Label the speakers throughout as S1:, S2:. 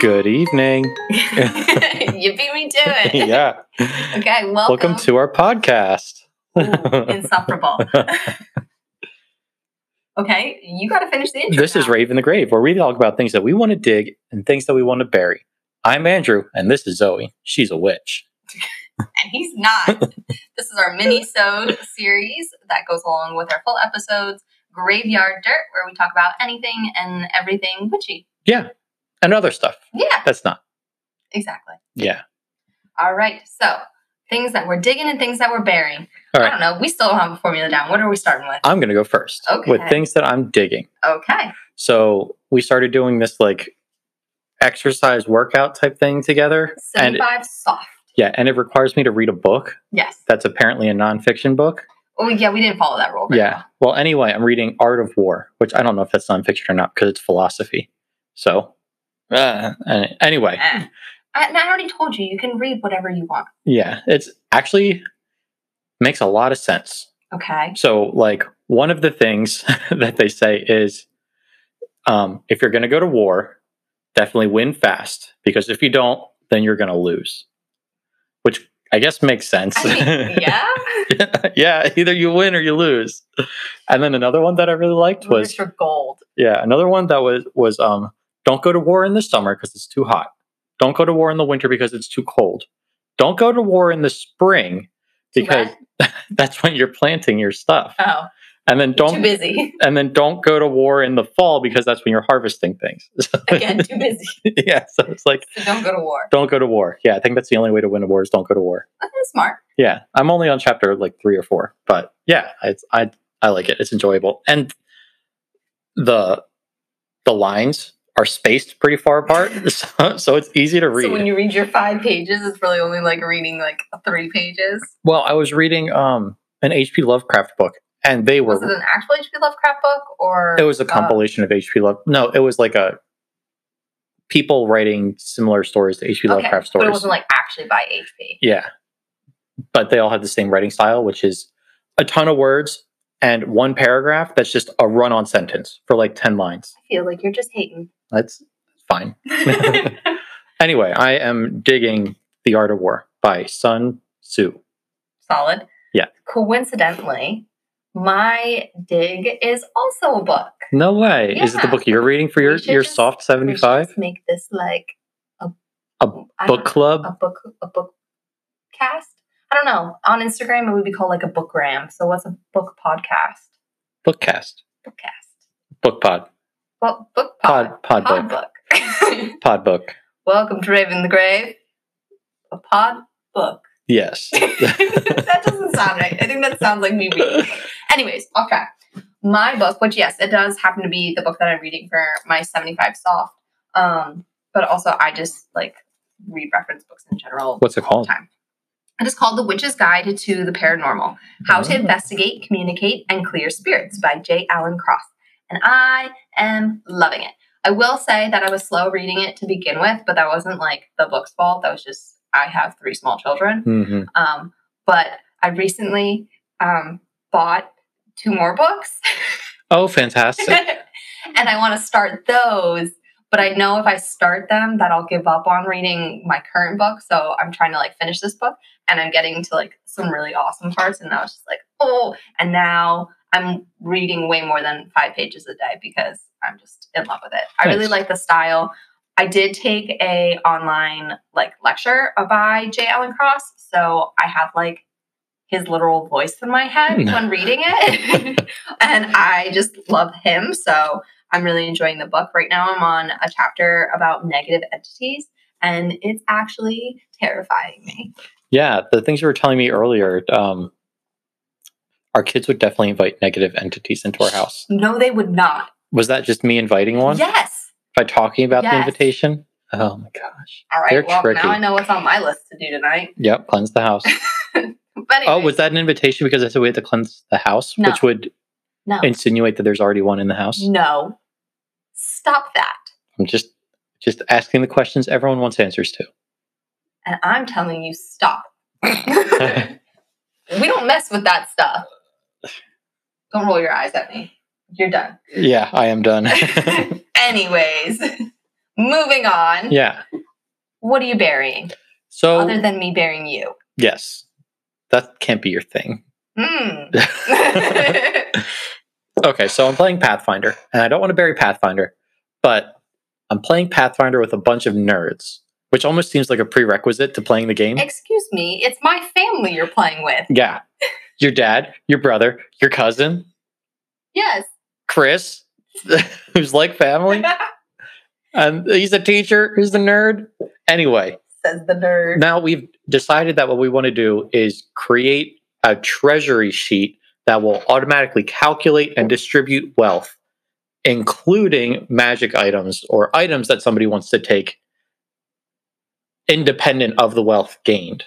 S1: Good evening.
S2: you beat me to it.
S1: yeah.
S2: Okay, welcome.
S1: Welcome to our podcast.
S2: Ooh, insufferable. okay, you got to finish the intro.
S1: This is
S2: now.
S1: Raven the Grave, where we talk about things that we want to dig and things that we want to bury. I'm Andrew, and this is Zoe. She's a witch.
S2: and he's not. this is our mini-sode series that goes along with our full episodes, Graveyard Dirt, where we talk about anything and everything witchy.
S1: Yeah. And other stuff.
S2: Yeah,
S1: That's not.
S2: exactly.
S1: Yeah.
S2: All right, so things that we're digging and things that we're burying.
S1: All
S2: I
S1: right.
S2: don't know. We still don't have a formula down. What are we starting with?
S1: I'm going to go first
S2: Okay.
S1: with things that I'm digging.
S2: Okay.
S1: So we started doing this like exercise workout type thing together. And
S2: 75 soft.
S1: yeah, and it requires me to read a book
S2: Yes.
S1: that's apparently a nonfiction book.
S2: Oh, yeah, we didn't follow that rule. very
S1: Yeah. Well, anyway, I'm reading Art of War, which I don't know if that's nonfiction or not because it's philosophy. So, uh, an- anyway,
S2: Eh. I, and I already told you, you can read whatever you want.
S1: yeah, it's actually makes a lot of sense.
S2: Okay.
S1: So, like, one of the things that they say is um, if you're going to go to war, definitely win fast because if you don't, then you're going to lose, which I guess makes sense.
S2: I mean, yeah.
S1: yeah, either you win or you lose. And then another one that I really liked
S2: What
S1: was
S2: is your gold?
S1: Yeah, another one that was was um don't go to war in the summer because it's too hot. Don't go to war in the winter because it's too cold. Don't go to war in the spring because that's when you're planting your stuff.
S2: Oh,
S1: And then
S2: too
S1: don't
S2: busy.
S1: and then don't go to war in the fall because that's when you're harvesting things.
S2: Again, too busy.
S1: yeah, so it's like
S2: So don't go to war.
S1: don't go to war. Yeah, I think that's the only way to win a war is don't go to war.
S2: That's smart.
S1: Yeah, I'm only on chapter like three or four, but yeah, it's, I I like it. It's enjoyable, and the the lines are spaced pretty far apart, so, so it's easy to read.
S2: So when you read your five pages, it's really only like reading like three pages.
S1: well, I was reading um an H.P. Lovecraft book, and they
S2: Was
S1: were
S2: it an actual H.P. Lovecraft book or?
S1: it was a
S2: uh,
S1: compilation of H.P. Love. No, it was like a people writing similar stories to H.P.
S2: okay,
S1: Lovecraft
S2: But it
S1: stories.
S2: wasn't like actually by H.P.
S1: Yeah. But they all have the same writing style, which is a ton of words and one paragraph that's just a run on sentence for like 10 lines.
S2: I feel like you're just hating.
S1: That's fine. Anyway, I am digging The Art of War by Sun Tzu.
S2: Solid.
S1: Yeah.
S2: Coincidentally, my dig is also a book.
S1: No way. Is it the
S2: Yeah.
S1: book you're reading for your,
S2: We should
S1: your
S2: just- Uh-huh.
S1: soft
S2: We should
S1: 75
S2: just make this like a
S1: A
S2: I don't
S1: book club?
S2: know, a book a book cast. I don't know. On Instagram, it would be called like a bookgram. So what's a book podcast? Oh.
S1: Bookcast.
S2: Bookcast.
S1: Book pod.
S2: Well, book pod.
S1: Pod, pod,
S2: Pod
S1: book.
S2: book.
S1: Pod book.
S2: Welcome to Raven the Grave. A pod book.
S1: Yes.
S2: that doesn't sound right. I think that sounds like me reading. Anyways, off track. My book, which yes, it does happen to be the book that I'm reading for my 75 soft. Um, but also I just like read reference books in general.
S1: What's it
S2: all
S1: called?
S2: the time. It is called The Witch's Guide to the Paranormal How to
S1: Oh.
S2: Investigate, Communicate, and Clear Spirits by J. Allen Cross. And I am loving it. I will say that I was slow reading it to begin with, but that wasn't like the book's fault. That was just, I have three small children.
S1: hmm
S2: Um, but I recently um, bought two more books
S1: Oh, fantastic.
S2: and I want to start those. But I know if I start them, that I'll give up on reading my current book. So I'm trying to like finish this book, and I'm getting to like some really awesome parts, and I was just like, oh. And now I'm reading way more than five pages a day because I'm just in love with it. I really
S1: Nice.
S2: like the style. I did take a online like lecture by J. Allen Cross, so I have like his literal voice in my head
S1: Hmm.
S2: when reading it. and I just love him. So I'm really enjoying the book. Right now, I'm on a chapter about negative entities, and it's actually terrifying me.
S1: Yeah, the things you were telling me earlier, um, our kids would definitely invite negative entities into our house.
S2: No, they would not.
S1: Was that just me inviting one
S2: Yes.
S1: by talking about the
S2: Yes.
S1: invitation? Oh my gosh.
S2: All right.
S1: They're
S2: well,
S1: tricky.
S2: now I know what's on my list to do tonight.
S1: Yep, cleanse the house.
S2: But anyway,
S1: oh, was that an invitation because I said we had to cleanse the house,
S2: No.
S1: which would
S2: no, Mm.
S1: insinuate that there's already one in the house?
S2: no. Stop that.
S1: I'm just just asking the questions everyone wants answers to.
S2: And I'm telling you, stop. we don't mess with that stuff. Don't roll your eyes at me. You're done.
S1: Yeah, I am done.
S2: Anyways, Moving on.
S1: Yeah. Oh.
S2: What are you burying
S1: So
S2: other than me burying you?
S1: yes, that can't be your thing.
S2: Hmm.
S1: okay, so I'm playing Pathfinder, and I don't want to bury Pathfinder, but I'm playing Pathfinder with a bunch of nerds, which almost seems like a prerequisite to playing the game.
S2: Excuse me, it's my family you're playing with.
S1: yeah, your dad, your brother, your cousin,
S2: Yes.
S1: Chris, who's like family, and he's a teacher, who's the nerd. Anyway,
S2: Says the nerd.
S1: now we've decided that what we want to do is create a treasury sheet that will automatically calculate and distribute wealth, including magic items or items that somebody wants to take independent of the wealth gained.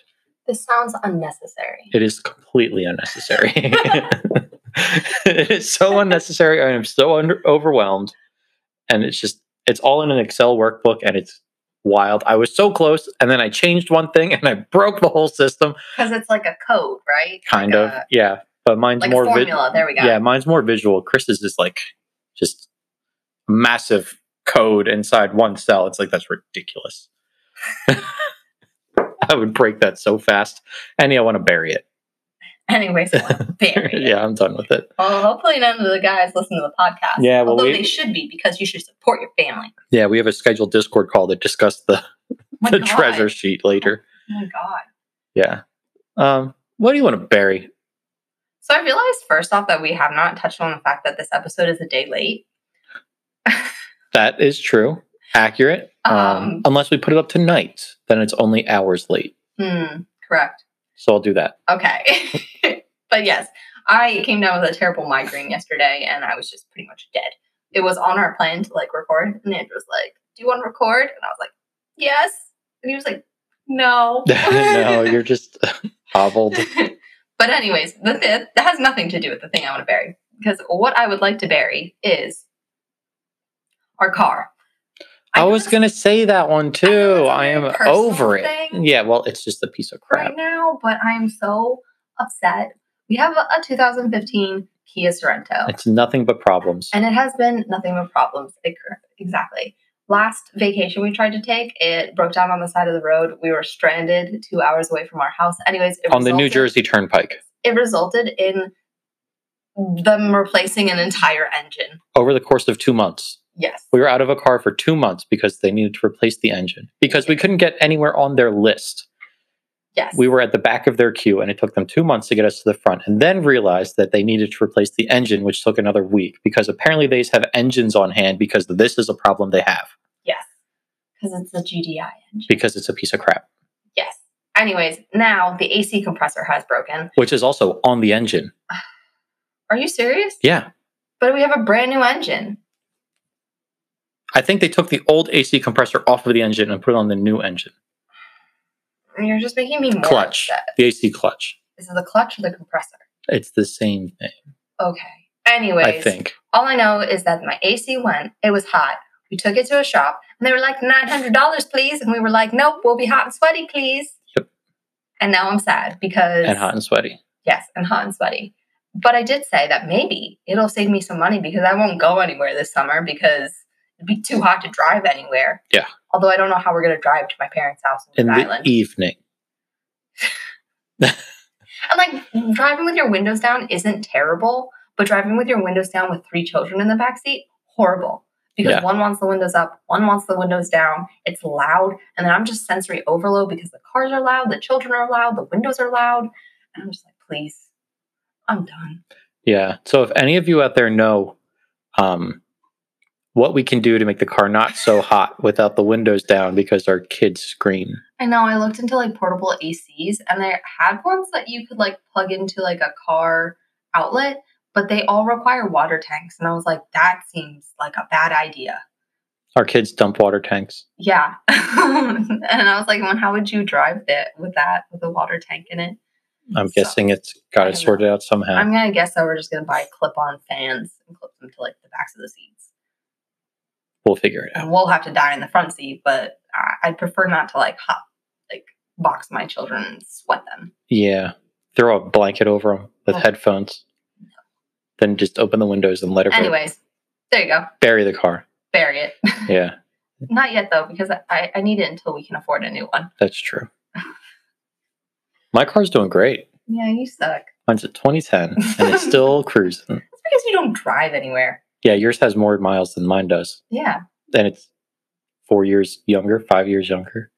S2: This sounds unnecessary.
S1: It is completely unnecessary. it is so unnecessary. I am so under- overwhelmed. And it's just, it's all in an Excel workbook and it's wild. I was so close and then I changed one thing and I broke the whole system.
S2: Because it's like a code, right?
S1: Kind
S2: Like
S1: of.
S2: a-
S1: yeah. But mine's
S2: like
S1: more
S2: a
S1: vi-
S2: formula. there we go.
S1: Yeah, mine's more visual. Chris's is like just massive code inside one cell. It's like that's ridiculous. I would break that so fast. And yeah, I want to bury it.
S2: Anyways, very.
S1: yeah, I'm done with it.
S2: Well, Um, hopefully none of the guys listen to the podcast.
S1: Yeah, well,
S2: although
S1: we-
S2: they should be because you should support your family.
S1: Yeah, we have a scheduled Discord call to discuss the,
S2: Oh my
S1: the
S2: God.
S1: treasure sheet later.
S2: Oh my god.
S1: Yeah. Um, what do you want to bury?
S2: So I realized first off that we have not touched on the fact that this episode is a day late.
S1: That is true. Accurate. Um,
S2: Um,
S1: unless we put it up tonight, then it's only hours late.
S2: Hmm. Correct.
S1: So I'll do that.
S2: Okay. but yes, I came down with a terrible migraine yesterday and I was just pretty much dead. It was on our plan to like record, and Andrew was like, Do you want to record? And I was like, Yes. And he was like, No.
S1: no, you're just hobbled.
S2: but, anyways, the fifth, that has nothing to do with the thing I want to bury because what I would like to bury is our car.
S1: I
S2: know
S1: was
S2: it's
S1: going to say that one
S2: I know
S1: too.
S2: it's a
S1: I am
S2: very personal
S1: over it.
S2: thing.
S1: Yeah, well, it's just a piece of crap.
S2: right now, but I am so upset. We have a, a 2015 Kia Sorento.
S1: It's nothing but problems.
S2: And it has been nothing but problems. It- Exactly. Last vacation we tried to take, it broke down on the side of the road. We were stranded two hours away from our house. Anyways, it
S1: On the New
S2: resulted-
S1: Jersey Turnpike
S2: it resulted in them replacing an entire engine.
S1: over the course of two months.
S2: Yes.
S1: We were out of a car for two months because they needed to replace the engine because we couldn't get anywhere on their list.
S2: Yes.
S1: We were at the back of their queue and it took them two months to get us to the front and then realized that they needed to replace the engine, which took another week because apparently they have engines on hand because this is a problem they have
S2: yes. Because it's a GDI engine.
S1: because it's a piece of crap,
S2: Yes. Anyways, now the AC compressor has broken.
S1: which is also on the engine.
S2: Are you serious?
S1: Yeah.
S2: But we have a brand new engine.
S1: I think they took the old AC compressor off of the engine and put it on the new engine.
S2: You're just making me more
S1: Clutch.
S2: upset.
S1: The AC clutch.
S2: Is it the clutch or the compressor?
S1: It's the same thing,
S2: Okay. Anyways.
S1: I think.
S2: All I know is that my AC went, it was hot. We took it to a shop and they were like, $900, please. And we were like, nope, we'll be hot and sweaty, please.
S1: Yep.
S2: And now I'm sad because.
S1: And hot and sweaty.
S2: Yes, and hot and sweaty. But I did say that maybe it'll save me some money because I won't go anywhere this summer because it'd be too hot to drive anywhere.
S1: Yeah.
S2: Although I don't know how we're going to drive to my parents' house
S1: In
S2: in Rhode
S1: the e
S2: Island.
S1: evening.
S2: and like driving with your windows down isn't terrible, but driving with your windows down with three children in the backseat, horrible. Because
S1: Yeah.
S2: one wants the windows up, one wants the windows down, it's loud, and then I'm just sensory overload because the cars are loud, the children are loud, the windows are loud. And I'm just like, please, I'm done.
S1: Yeah. So if any of you out there know um, what we can do to make the car not so hot without the windows down because our kids scream.
S2: I know I looked into like portable ACs and they had ones that you could like plug into like a car outlet, but they all require water tanks. And I was like, that seems like a bad idea.
S1: Our kids dump water tanks.
S2: Yeah. and I was like, well, how would you drive that with that with a water tank in it?
S1: I'm
S2: So-
S1: guessing it's got
S2: I
S1: it
S2: don't know.
S1: sorted out somehow.
S2: I'm gonna guess that we're just gonna buy clip-on fans and clip them to like the backs of the seats.
S1: we'll figure it out.
S2: And we'll have to die in the front seat, but I- I'd prefer not to like hop like box my children and sweat them.
S1: Yeah. Throw a blanket over them with
S2: Oh.
S1: headphones. Then just open the windows and let her
S2: Anyways, there you go.
S1: bury the car.
S2: Bury it.
S1: Yeah.
S2: Not yet though, because I, I need it until we can afford a new one.
S1: That's true. My car's doing great.
S2: Yeah, you suck.
S1: Mine's at 2010 and it's still cruising.
S2: It's because you don't drive anywhere.
S1: Yeah, yours has more miles than mine does.
S2: Yeah.
S1: And it's four years younger, five years younger.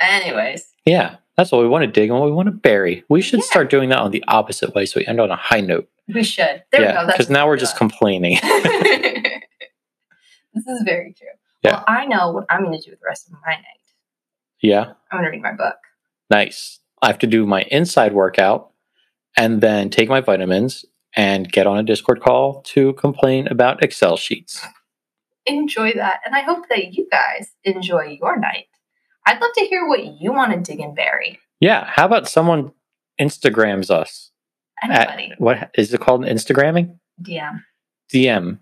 S2: Anyways,
S1: Yeah, that's what we want to dig and what we want to bury. We should
S2: Yeah.
S1: start doing that on the opposite way so we end on a high note.
S2: we should. There we
S1: yeah,
S2: go. That's
S1: because now we're just complaining.
S2: this is very true.
S1: Yeah.
S2: Well, I know what I'm going to do with the rest of my night.
S1: yeah,
S2: I'm going to read my book.
S1: nice. I have to do my inside workout and then take my vitamins and get on a Discord call to complain about Excel sheets.
S2: Enjoy that. And I hope that you guys enjoy your night. I'd love to hear what you want to dig and bury.
S1: Yeah, how about someone Instagrams us? At-
S2: Anybody.
S1: what is it called? Instagramming?
S2: DM.
S1: DM.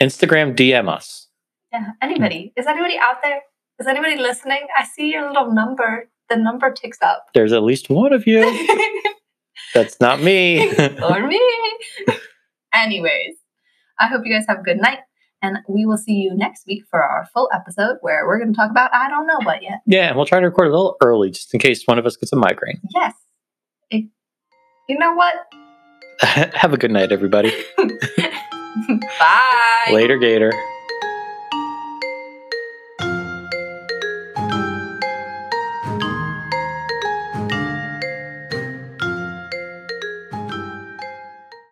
S1: Instagram DM us.
S2: Yeah. Anybody.
S1: Hmm.
S2: Is anybody out there? Is anybody listening? I see your little number. The number ticks up.
S1: There's at least one of you. That's not me.
S2: or me. Anyways, I hope you guys have a good night. And we will see you next week for our full episode where we're going to talk about I don't know what yet.
S1: Yeah, and we'll try to record a little early just in case one of us gets a migraine.
S2: Yes. It, you know what?
S1: Have a good night, everybody.
S2: Bye.
S1: Later, Gator.